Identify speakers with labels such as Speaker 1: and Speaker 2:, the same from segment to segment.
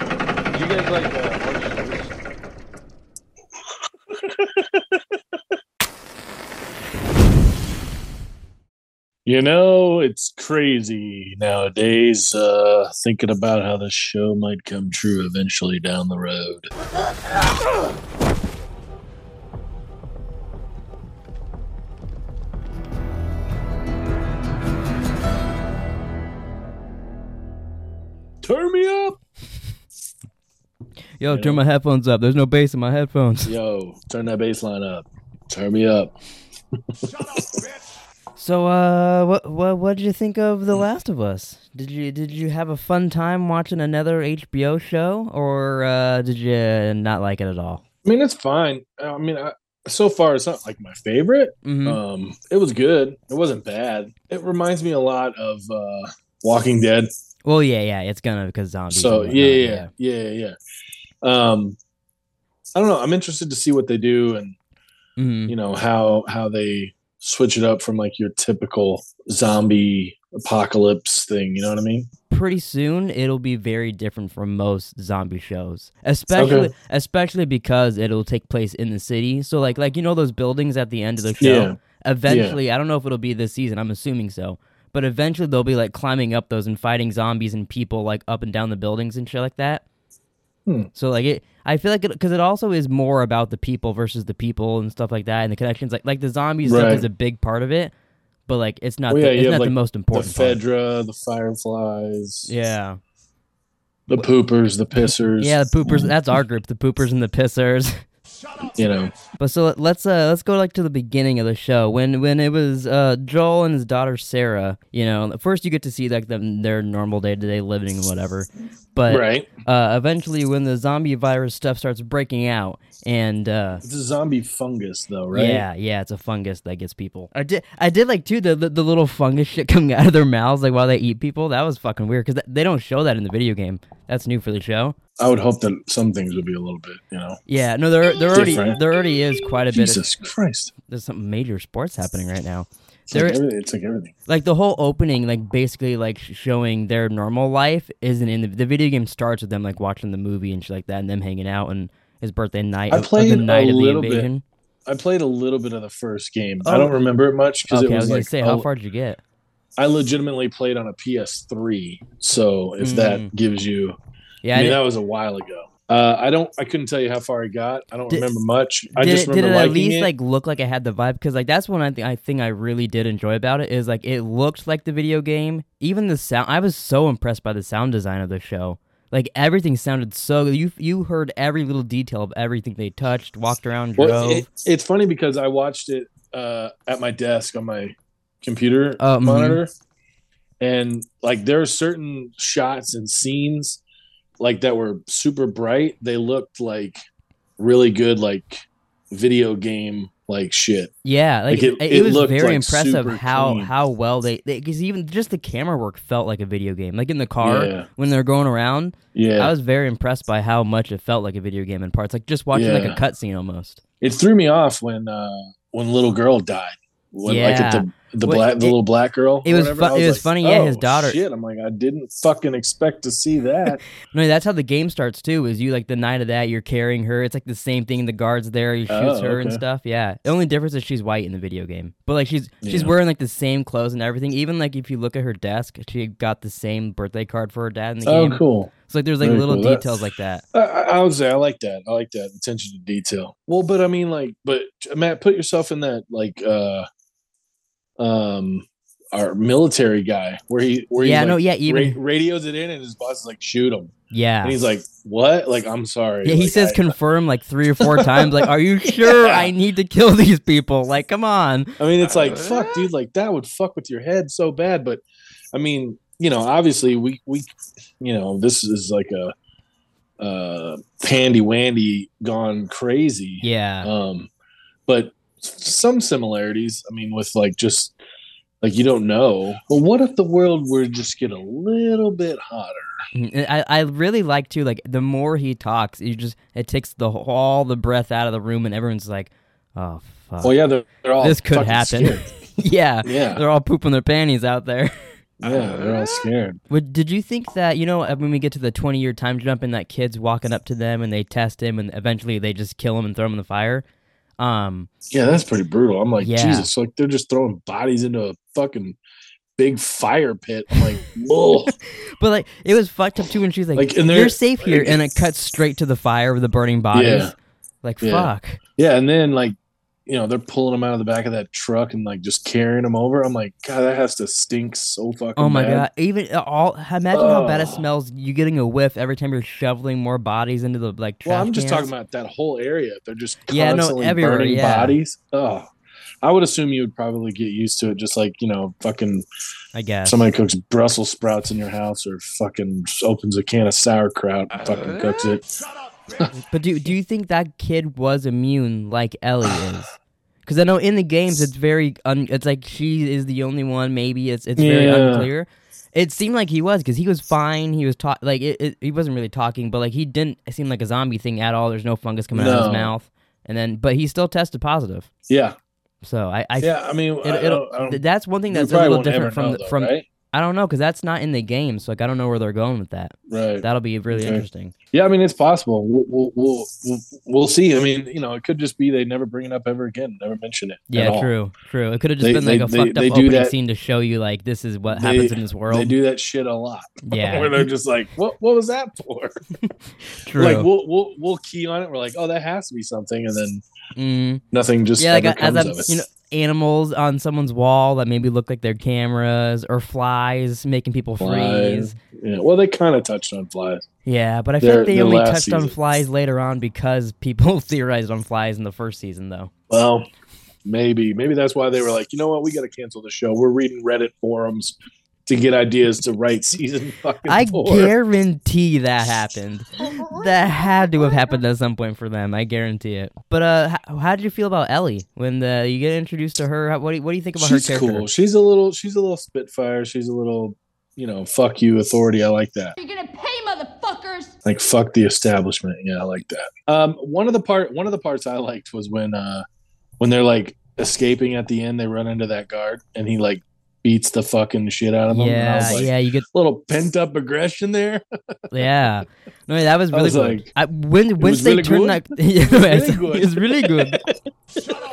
Speaker 1: you guys like uh, orange juice?
Speaker 2: You know, it's crazy nowadays uh, thinking about how this show might come true eventually down the road. Turn me up!
Speaker 3: Yo,
Speaker 2: Yeah.
Speaker 3: turn my headphones up. There's no bass in my headphones.
Speaker 2: Yo, turn that bass line up. Turn me up.
Speaker 3: So, uh, what what what did you think of The Last of Us? Did you did you have a fun time watching another HBO show, or uh, did you not like it at all?
Speaker 2: I mean, it's fine. I mean, I, so far, it's not like my favorite.
Speaker 3: Mm-hmm.
Speaker 2: Um, it was good. It wasn't bad. It reminds me a lot of uh, Walking Dead.
Speaker 3: well, yeah, yeah, it's gonna because zombies.
Speaker 2: So
Speaker 3: and
Speaker 2: yeah, yeah,
Speaker 3: whatnot,
Speaker 2: yeah, yeah, yeah. Um, I don't know. I'm interested to see what they do and
Speaker 3: yeah. Mhm.
Speaker 2: you know how how they switch it up from like your typical zombie apocalypse thing. You know what I mean?
Speaker 3: Pretty soon, it'll be very different from most zombie shows, especially especially because it'll take place in the city. So, like like you know those buildings at the end of the show.
Speaker 2: Yeah.
Speaker 3: eventually i don't know if it'll be this season i'm assuming so but eventually they'll be like climbing up those and fighting zombies and people like up and down the buildings and shit like that
Speaker 2: Hmm.
Speaker 3: so like it i feel like it because it also is more about the people versus the people and stuff like that and the connections like like the zombies stuff
Speaker 2: Right.
Speaker 3: is a big part of it but like it's not
Speaker 2: Well,
Speaker 3: the,
Speaker 2: yeah, you
Speaker 3: it's
Speaker 2: have,
Speaker 3: not the
Speaker 2: like,
Speaker 3: most
Speaker 2: The
Speaker 3: important part.
Speaker 2: Fedra, the Fireflies,
Speaker 3: yeah
Speaker 2: the poopers, the pissers.
Speaker 3: yeah the poopers that's our group the poopers and the pissers
Speaker 2: you know.
Speaker 3: But so let's uh let's go like to the beginning of the show when when it was uh Joel and his daughter Sarah. You know, first you get to see like them their normal day to day living and whatever, but
Speaker 2: right.
Speaker 3: uh, eventually when the zombie virus stuff starts breaking out and uh
Speaker 2: It's a zombie fungus, though, right?
Speaker 3: yeah yeah it's a fungus that gets people. I did I did like too the the, the little fungus shit coming out of their mouths like while they eat people. That was fucking weird because they don't show that in the video game. That's new for the show.
Speaker 2: I would hope that some things would be a little bit, you know.
Speaker 3: Yeah, no, there there already
Speaker 2: Different.
Speaker 3: there already is quite a bit. Of,
Speaker 2: Jesus Christ!
Speaker 3: there's some major sports happening right now.
Speaker 2: It's like,
Speaker 3: There-
Speaker 2: everything, it's like everything.
Speaker 3: like the whole opening like basically like sh- showing their normal life isn't in the, the video game starts with them like watching the movie and shit like that and them hanging out and his birthday night
Speaker 2: I
Speaker 3: of- of
Speaker 2: played
Speaker 3: the
Speaker 2: a
Speaker 3: night of the
Speaker 2: little bit.
Speaker 3: invasion
Speaker 2: I played a little bit of the first game.
Speaker 3: Oh.
Speaker 2: I don't remember it much because
Speaker 3: okay
Speaker 2: it
Speaker 3: i was
Speaker 2: was
Speaker 3: gonna
Speaker 2: like
Speaker 3: say how
Speaker 2: a-
Speaker 3: far did you get
Speaker 2: I legitimately played on a PS3. So if that gives you,
Speaker 3: Mm. yeah
Speaker 2: I
Speaker 3: I
Speaker 2: mean,
Speaker 3: did-
Speaker 2: that was a while ago. Uh, I don't. I couldn't tell you how far I got. I don't
Speaker 3: Did-
Speaker 2: remember much. I
Speaker 3: did,
Speaker 2: just
Speaker 3: it, did
Speaker 2: remember
Speaker 3: it
Speaker 2: liking
Speaker 3: at least
Speaker 2: it.
Speaker 3: like look like I had the vibe? Because like that's one I think I think I really did enjoy about it is like it looked like the video game. Even the sound, I was so impressed by the sound design of the show. Like everything sounded so you you heard every little detail of everything they touched, walked around, drove.
Speaker 2: Well, it, it's funny because I watched it uh, at my desk on my computer
Speaker 3: Uh, mhm.
Speaker 2: monitor, and like there are certain shots and scenes like that were super bright. They looked like really good, like video game like shit.
Speaker 3: Yeah,
Speaker 2: Like,
Speaker 3: like,
Speaker 2: it-
Speaker 3: it, it
Speaker 2: it
Speaker 3: was
Speaker 2: looked,
Speaker 3: very
Speaker 2: like,
Speaker 3: impressive
Speaker 2: super
Speaker 3: how
Speaker 2: clean.
Speaker 3: how well they because even just the camera work felt like a video game. Like in the car
Speaker 2: Yeah.
Speaker 3: when they're going around,
Speaker 2: Yeah,
Speaker 3: I was very impressed by how much it felt like a video game in parts. Like just watching like a
Speaker 2: Yeah.
Speaker 3: cutscene almost.
Speaker 2: it threw me off when uh, when little girl died. When, like
Speaker 3: Yeah.
Speaker 2: at the the
Speaker 3: Well,
Speaker 2: black
Speaker 3: it-
Speaker 2: the little black girl.
Speaker 3: it
Speaker 2: or
Speaker 3: was
Speaker 2: whatever,
Speaker 3: fu-
Speaker 2: I
Speaker 3: it was
Speaker 2: like,
Speaker 3: funny, yeah, his
Speaker 2: "Oh,
Speaker 3: daughter-
Speaker 2: Shit, I'm like I didn't fucking expect to see that.
Speaker 3: No, that's how the game starts too. Is you like the night of that you're carrying her. It's like the same thing. The guards there, he shoots
Speaker 2: Oh,
Speaker 3: her and
Speaker 2: okay.
Speaker 3: stuff. Yeah. The only difference is she's white in the video game, but like she's she's
Speaker 2: Yeah.
Speaker 3: wearing like the same clothes and everything. Even like if you look at her desk, she got the same birthday card for her dad in the
Speaker 2: oh,
Speaker 3: game.
Speaker 2: cool.
Speaker 3: So like there's like
Speaker 2: Very
Speaker 3: little
Speaker 2: cool. That-
Speaker 3: details like that.
Speaker 2: I, I I would say I like that. I like that attention to detail. Well, but I mean, like, but Matt, put yourself in that like, uh, um, our military guy where he where
Speaker 3: yeah.
Speaker 2: he
Speaker 3: no.
Speaker 2: like,
Speaker 3: Yeah. Even
Speaker 2: ra- radios it in and his boss is like, shoot him,
Speaker 3: yeah.
Speaker 2: and he's like, what? Like, I'm sorry.
Speaker 3: Yeah, he
Speaker 2: Like,
Speaker 3: says
Speaker 2: I,
Speaker 3: confirm like three or four times. Like, are you sure
Speaker 2: Yeah.
Speaker 3: I need to kill these people? Like, come on.
Speaker 2: I mean, it's like, fuck, dude, like that would fuck with your head so bad. But I mean, you know, obviously we we, you know, this is like a uh handy wandy gone crazy.
Speaker 3: Yeah.
Speaker 2: um but some similarities i mean with like just like you don't know well what if the world were to just get a little bit hotter
Speaker 3: Mm, And I, I really like too, like the more he talks, you just it takes the whole, all the breath out of the room and everyone's like, Oh fuck.
Speaker 2: well yeah they're, they're all
Speaker 3: This could
Speaker 2: fucking
Speaker 3: happen.
Speaker 2: scared.
Speaker 3: yeah.
Speaker 2: yeah
Speaker 3: They're all pooping their panties out there.
Speaker 2: Yeah, they're all scared.
Speaker 3: Would, did you think that you know uh, when we get to the twenty year time jump and that kid's walking up to them and they test him and eventually they just kill him and throw him in the fire? Um,
Speaker 2: Yeah, that's pretty brutal. I'm like,
Speaker 3: Yeah.
Speaker 2: Jesus, like they're just throwing bodies into a fucking big fire pit. I'm like, whoa.
Speaker 3: but like it was fucked up too when she's like,
Speaker 2: Like, and they're-
Speaker 3: "You're safe here," and it cuts straight to the fire with the burning bodies.
Speaker 2: Yeah.
Speaker 3: Like
Speaker 2: Yeah.
Speaker 3: fuck.
Speaker 2: Yeah, and then like, you know, they're pulling him out of the back of that truck and like just carrying him over. I'm like, God, that has to stink so fucking.
Speaker 3: Oh my
Speaker 2: bad.
Speaker 3: god! Even uh, all imagine how bad it
Speaker 2: Ugh.
Speaker 3: smells. You getting a whiff every time you're shoveling more bodies into the like. Trash
Speaker 2: Well, I'm just
Speaker 3: cans.
Speaker 2: talking about that whole area. They're just
Speaker 3: Yeah, no,
Speaker 2: constantly
Speaker 3: everywhere,
Speaker 2: burning
Speaker 3: yeah.
Speaker 2: bodies. Oh, I would assume you would probably get used to it, just like you know, fucking
Speaker 3: I guess.
Speaker 2: somebody cooks Brussels sprouts in your house, or fucking opens a can of sauerkraut and fucking cooks it.
Speaker 3: But do do you think that kid was immune like Ellie is? Because I know in the games it's very un, it's like she is the only one. Maybe it's it's very
Speaker 2: Yeah.
Speaker 3: unclear. It seemed like he was because he was fine. He was talk like it, it, he wasn't really talking, but like he didn't seem like a zombie thing at all. There's no fungus coming out of his
Speaker 2: No.
Speaker 3: mouth, and then but he still tested positive.
Speaker 2: Yeah,
Speaker 3: So I, I
Speaker 2: yeah. I mean, I
Speaker 3: it, it'll,
Speaker 2: don't- I don't-
Speaker 3: th- that's one thing
Speaker 2: we
Speaker 3: that's a
Speaker 2: probably
Speaker 3: little
Speaker 2: won't ever
Speaker 3: different from
Speaker 2: know,
Speaker 3: the,
Speaker 2: though,
Speaker 3: from
Speaker 2: right.
Speaker 3: I don't know because that's not in the game, so like I don't know where they're going with that.
Speaker 2: Right.
Speaker 3: That'll be really
Speaker 2: Okay.
Speaker 3: interesting.
Speaker 2: Yeah, I mean it's possible. We'll we'll, we'll we'll we'll see. I mean, you know, it could just be they never bring it up ever again, never mention it. at
Speaker 3: Yeah,
Speaker 2: all.
Speaker 3: true, true. It could have just
Speaker 2: They-
Speaker 3: been like
Speaker 2: they-
Speaker 3: a
Speaker 2: they-
Speaker 3: fucked up
Speaker 2: they do
Speaker 3: opening
Speaker 2: that-
Speaker 3: scene to show you like this is what
Speaker 2: They-
Speaker 3: happens in this
Speaker 2: They
Speaker 3: world.
Speaker 2: do that shit a lot. Where
Speaker 3: Yeah,
Speaker 2: they're just like, what what was that for?
Speaker 3: true.
Speaker 2: Like we'll we'll we'll key on it. We're like, oh, that has to be something, and then
Speaker 3: mm.
Speaker 2: nothing just
Speaker 3: Yeah, like
Speaker 2: ever
Speaker 3: as
Speaker 2: comes
Speaker 3: I'm,
Speaker 2: of it.
Speaker 3: you know, animals on someone's wall that maybe look like their cameras or flies making people
Speaker 2: Flies.
Speaker 3: freeze.
Speaker 2: yeah. Well, they kind of touched on flies.
Speaker 3: Yeah, but I feel
Speaker 2: They're-
Speaker 3: like they
Speaker 2: they're
Speaker 3: only
Speaker 2: last
Speaker 3: touched on
Speaker 2: season.
Speaker 3: flies later on because people theorized on flies in the first season, though.
Speaker 2: Well, maybe maybe that's why they were like, you know what, we got to cancel the show. We're reading Reddit forums to get ideas to write season fucking
Speaker 3: I
Speaker 2: four.
Speaker 3: guarantee that happened. That had to have happened at some point for them. I guarantee it. But uh, how, how did you feel about Ellie when the, you get introduced to her? How, what, do you, what do you think about
Speaker 2: she's
Speaker 3: her character?
Speaker 2: cool. She's a little she's a little spitfire. She's a little you know fuck you authority. I like that.
Speaker 4: You're gonna pay, motherfuckers!
Speaker 2: Like fuck the establishment. Yeah, I like that. Um, one of the part one of the parts I liked was when uh when they're like escaping at the end, they run into that guard and he like beats the fucking shit out of them. and I
Speaker 3: Yeah,
Speaker 2: was like,
Speaker 3: yeah, you get
Speaker 2: Little pent up aggression there.
Speaker 3: yeah. No, that was
Speaker 2: I
Speaker 3: really
Speaker 2: was
Speaker 3: good.
Speaker 2: like,
Speaker 3: I, when once
Speaker 2: was
Speaker 3: they
Speaker 2: really
Speaker 3: turned
Speaker 2: good?
Speaker 3: that, yeah,
Speaker 2: It was really
Speaker 3: it's-
Speaker 2: good.
Speaker 3: it's really good.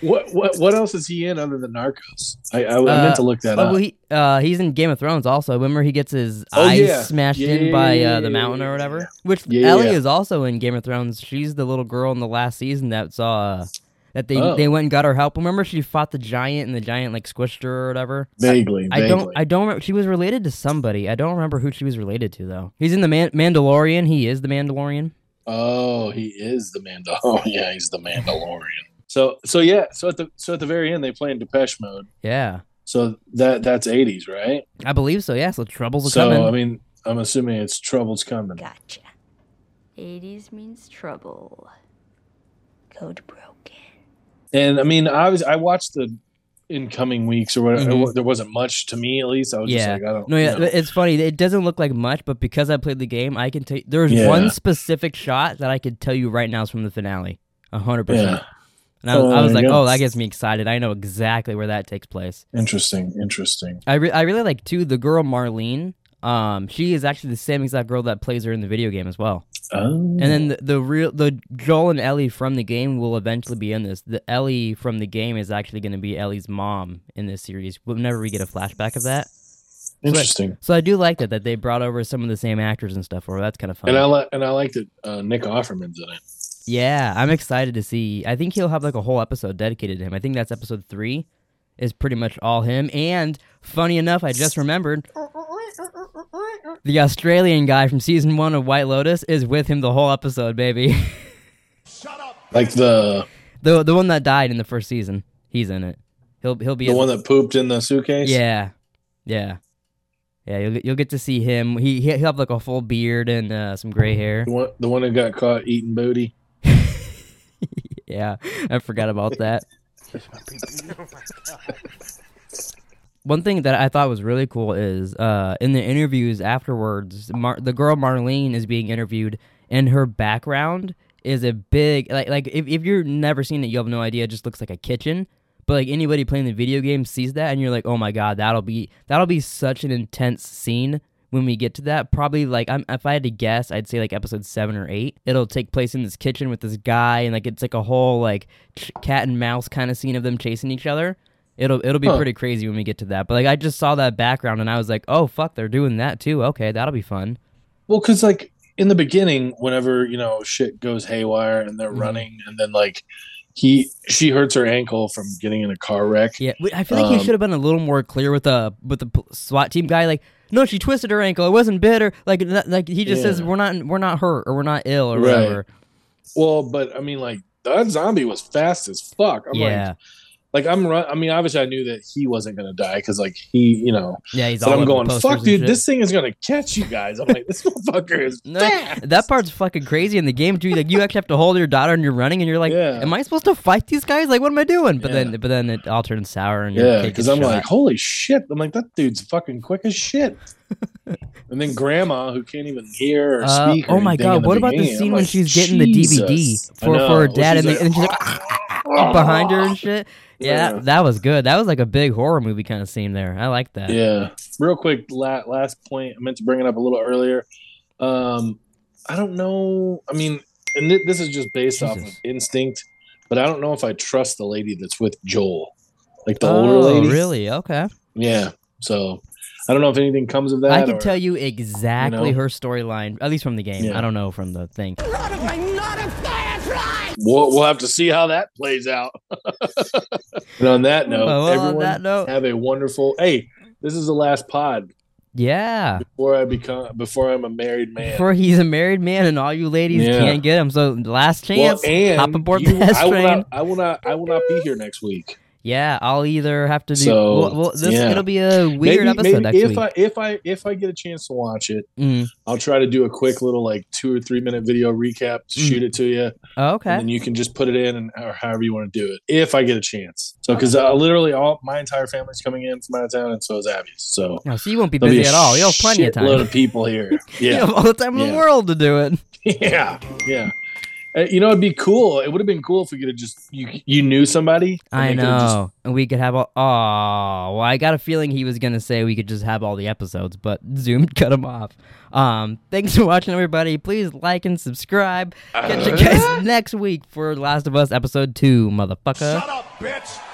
Speaker 2: What what what else is he in other than Narcos? I I, I meant to look that
Speaker 3: Oh,
Speaker 2: up.
Speaker 3: well, he, uh, he's in Game of Thrones also. Remember, he gets his
Speaker 2: Oh,
Speaker 3: eyes
Speaker 2: yeah.
Speaker 3: smashed
Speaker 2: Yeah,
Speaker 3: in
Speaker 2: yeah,
Speaker 3: by
Speaker 2: yeah,
Speaker 3: uh,
Speaker 2: yeah,
Speaker 3: the mountain or
Speaker 2: yeah, yeah.
Speaker 3: whatever. Which
Speaker 2: Yeah,
Speaker 3: Ellie
Speaker 2: yeah.
Speaker 3: is also in Game of Thrones. She's the little girl in the last season that saw uh, that they
Speaker 2: Oh.
Speaker 3: they went and got her help. Remember, she fought the giant and the giant like squished her or whatever.
Speaker 2: vaguely,
Speaker 3: I
Speaker 2: vaguely.
Speaker 3: don't. I don't. Remember. She was related to somebody. I don't remember who she was related to though. He's in the Man- Mandalorian. He is the Mandalorian.
Speaker 2: Oh, he is the Mandal. Oh, yeah, he's the Mandalorian. So, so yeah, so at the so at the very end, they play in Depeche Mode.
Speaker 3: Yeah,
Speaker 2: So that that's eighties, right?
Speaker 3: I believe so. Yeah. So troubles are
Speaker 2: So
Speaker 3: coming.
Speaker 2: I mean, I'm assuming it's Trouble's coming.
Speaker 4: Gotcha. 80s means trouble. Code broken.
Speaker 2: And I mean, I was I watched the in coming weeks or whatever.
Speaker 3: Mhm.
Speaker 2: There wasn't much to me, at least. I was
Speaker 3: Yeah.
Speaker 2: just like, I don't.
Speaker 3: No, yeah,
Speaker 2: you know.
Speaker 3: it's funny. It doesn't look like much, but because I played the game, I can take. There's
Speaker 2: Yeah.
Speaker 3: one specific shot that I could tell you right now is from the finale, a hundred percent.
Speaker 2: Yeah.
Speaker 3: And I was,
Speaker 2: Oh,
Speaker 3: I was
Speaker 2: there
Speaker 3: like,
Speaker 2: you go.
Speaker 3: oh, that gets me excited. I know exactly where that takes place.
Speaker 2: Interesting, interesting.
Speaker 3: I re- I really like too the girl Marlene. Um, she is actually the same exact girl that plays her in the video game as well.
Speaker 2: Oh.
Speaker 3: And then the, the real the Joel and Ellie from the game will eventually be in this. The Ellie from the game is actually going to be Ellie's mom in this series. Whenever we get a flashback of that.
Speaker 2: interesting.
Speaker 3: So I do like that that they brought over some of the same actors and stuff. Or that's kind of fun.
Speaker 2: And I like and I like that uh, Nick Offerman's in it.
Speaker 3: yeah, I'm excited to see. I think he'll have like a whole episode dedicated to him. I think that's episode three, is pretty much all him. And funny enough, I just remembered the Australian guy from season one of White Lotus is with him the whole episode, baby.
Speaker 2: Like the
Speaker 3: the the one that died in the first season, he's in it. He'll he'll be
Speaker 2: the
Speaker 3: as-
Speaker 2: one that pooped in the suitcase.
Speaker 3: Yeah, yeah, yeah. You'll you'll get to see him. He he'll have like a full beard and uh, some gray hair.
Speaker 2: The one, the one that got caught eating booty.
Speaker 3: Yeah, I forgot about that. One thing that I thought was really cool is uh, in the interviews afterwards, Mar- the girl Marlene is being interviewed, and her background is a big like like if, if you've never seen it, you have no idea. It just looks like a kitchen, But like anybody playing the video game sees that, and you're like, oh my god, that'll be that'll be such an intense scene when we get to that. Probably like I'm, if I had to guess, I'd say like episode seven or eight. It'll take place in this kitchen with this guy, and like it's like a whole like ch- cat and mouse kind of scene of them chasing each other. It'll it'll be
Speaker 2: Huh.
Speaker 3: pretty crazy when we get to that. But like I just saw that background, and I was like, oh fuck, they're doing that too. Okay, that'll be fun.
Speaker 2: Well, because like in the beginning, whenever you know shit goes haywire and they're
Speaker 3: Mhm.
Speaker 2: running, and then like he she hurts her ankle from getting in a car wreck.
Speaker 3: Yeah, wait, I feel like he
Speaker 2: Um,
Speaker 3: should have been a little more clear with the with the p- SWAT team guy. Like, no, she twisted her ankle. It wasn't bitter. Like, n- like he just says
Speaker 2: Yeah.
Speaker 3: we're not we're not hurt or we're not ill or
Speaker 2: Right.
Speaker 3: whatever.
Speaker 2: Well, but I mean, like that zombie was fast as fuck. I'm
Speaker 3: yeah,
Speaker 2: like, like I'm run. I mean, obviously, I knew that he wasn't gonna die because like he, you know.
Speaker 3: yeah. He's
Speaker 2: But
Speaker 3: all
Speaker 2: I'm
Speaker 3: over the
Speaker 2: going,
Speaker 3: posters
Speaker 2: fuck,
Speaker 3: and
Speaker 2: dude,
Speaker 3: shit."
Speaker 2: this thing is gonna catch you guys. I'm like, this motherfucker is
Speaker 3: No,
Speaker 2: fast.
Speaker 3: that part's fucking crazy in the game too. Like, you actually have to hold your daughter and you're running, and you're like,
Speaker 2: Yeah.
Speaker 3: "Am I supposed to fight these guys? Like, what am I doing?" But
Speaker 2: Yeah.
Speaker 3: then, but then it all turns sour, and your
Speaker 2: Yeah,
Speaker 3: kid
Speaker 2: because
Speaker 3: gets
Speaker 2: I'm
Speaker 3: shot.
Speaker 2: like, holy shit! I'm like, that dude's fucking quick as shit. and then grandma, who can't even hear or
Speaker 3: Uh,
Speaker 2: speak. or
Speaker 3: oh my
Speaker 2: anything in
Speaker 3: god! What about the
Speaker 2: beginning, I'm
Speaker 3: scene when
Speaker 2: like,
Speaker 3: she's getting the
Speaker 2: Jesus.
Speaker 3: DVD
Speaker 2: I
Speaker 3: for,
Speaker 2: know.
Speaker 3: for her
Speaker 2: Well,
Speaker 3: dad,
Speaker 2: she's
Speaker 3: and,
Speaker 2: like, "Ah,
Speaker 3: the, and she's like up behind her and shit? Yeah,
Speaker 2: Oh. Yeah.
Speaker 3: that was good. That was like a big horror movie kind of scene there. I like that.
Speaker 2: Yeah. Real quick, la- last point. I meant to bring it up a little earlier. Um, I don't know. I mean, and thi- this is just based off of
Speaker 3: Jesus.
Speaker 2: instinct, but I don't know if I trust the lady that's with Joel, like the
Speaker 3: oh,
Speaker 2: older lady.
Speaker 3: really? Okay.
Speaker 2: Yeah. So I don't know if anything comes of that.
Speaker 3: I can
Speaker 2: or-
Speaker 3: tell you exactly
Speaker 2: know?
Speaker 3: her storyline, at least from the game.
Speaker 2: Yeah.
Speaker 3: I don't know from the thing.
Speaker 2: We'll, we'll have to see how that plays out. and on that note,
Speaker 3: Well, Oh, on
Speaker 2: everyone
Speaker 3: that note-
Speaker 2: have a wonderful. Hey, this is the last pod
Speaker 3: Yeah.
Speaker 2: before I become before I'm a married man.
Speaker 3: For he's a married man, and all you ladies
Speaker 2: Yeah.
Speaker 3: can't get him. So last
Speaker 2: well,
Speaker 3: chance,
Speaker 2: and
Speaker 3: hop aboard
Speaker 2: you-
Speaker 3: the S
Speaker 2: I will
Speaker 3: train.
Speaker 2: not. I will not. I will not be here next week.
Speaker 3: Yeah, I'll either have to do.
Speaker 2: So,
Speaker 3: well, well, this
Speaker 2: yeah.
Speaker 3: it'll be a weird
Speaker 2: Maybe-
Speaker 3: episode
Speaker 2: maybe
Speaker 3: next
Speaker 2: if
Speaker 3: week.
Speaker 2: I if I if I get a chance to watch it,
Speaker 3: Mm.
Speaker 2: I'll try to do a quick little like two or three minute video recap to
Speaker 3: Mm.
Speaker 2: shoot it to you, and
Speaker 3: Oh, Okay.
Speaker 2: then you can just put it in and or however you want to do it if I get a chance. So because uh, literally all my entire family's coming in from out of town, and so is Abby's. So
Speaker 3: No, so you won't be
Speaker 2: There'll
Speaker 3: busy
Speaker 2: be a
Speaker 3: at all. You'll have plenty of
Speaker 2: shitload
Speaker 3: time.
Speaker 2: of people here.
Speaker 3: You
Speaker 2: Yeah,
Speaker 3: have all the time in the
Speaker 2: Yeah.
Speaker 3: world to do it.
Speaker 2: yeah, yeah. Uh, You know, it'd be cool. It would have been cool if we could have just you you knew somebody. and
Speaker 3: I
Speaker 2: they could have just-
Speaker 3: know. And we could have all. Oh, well, I got a feeling he was going to say we could just have all the episodes, but Zoom cut him off. Um, thanks for watching, everybody. Please like and subscribe. Catch you guys next week for Last of Us Episode 2, motherfucker.
Speaker 1: up, bitch!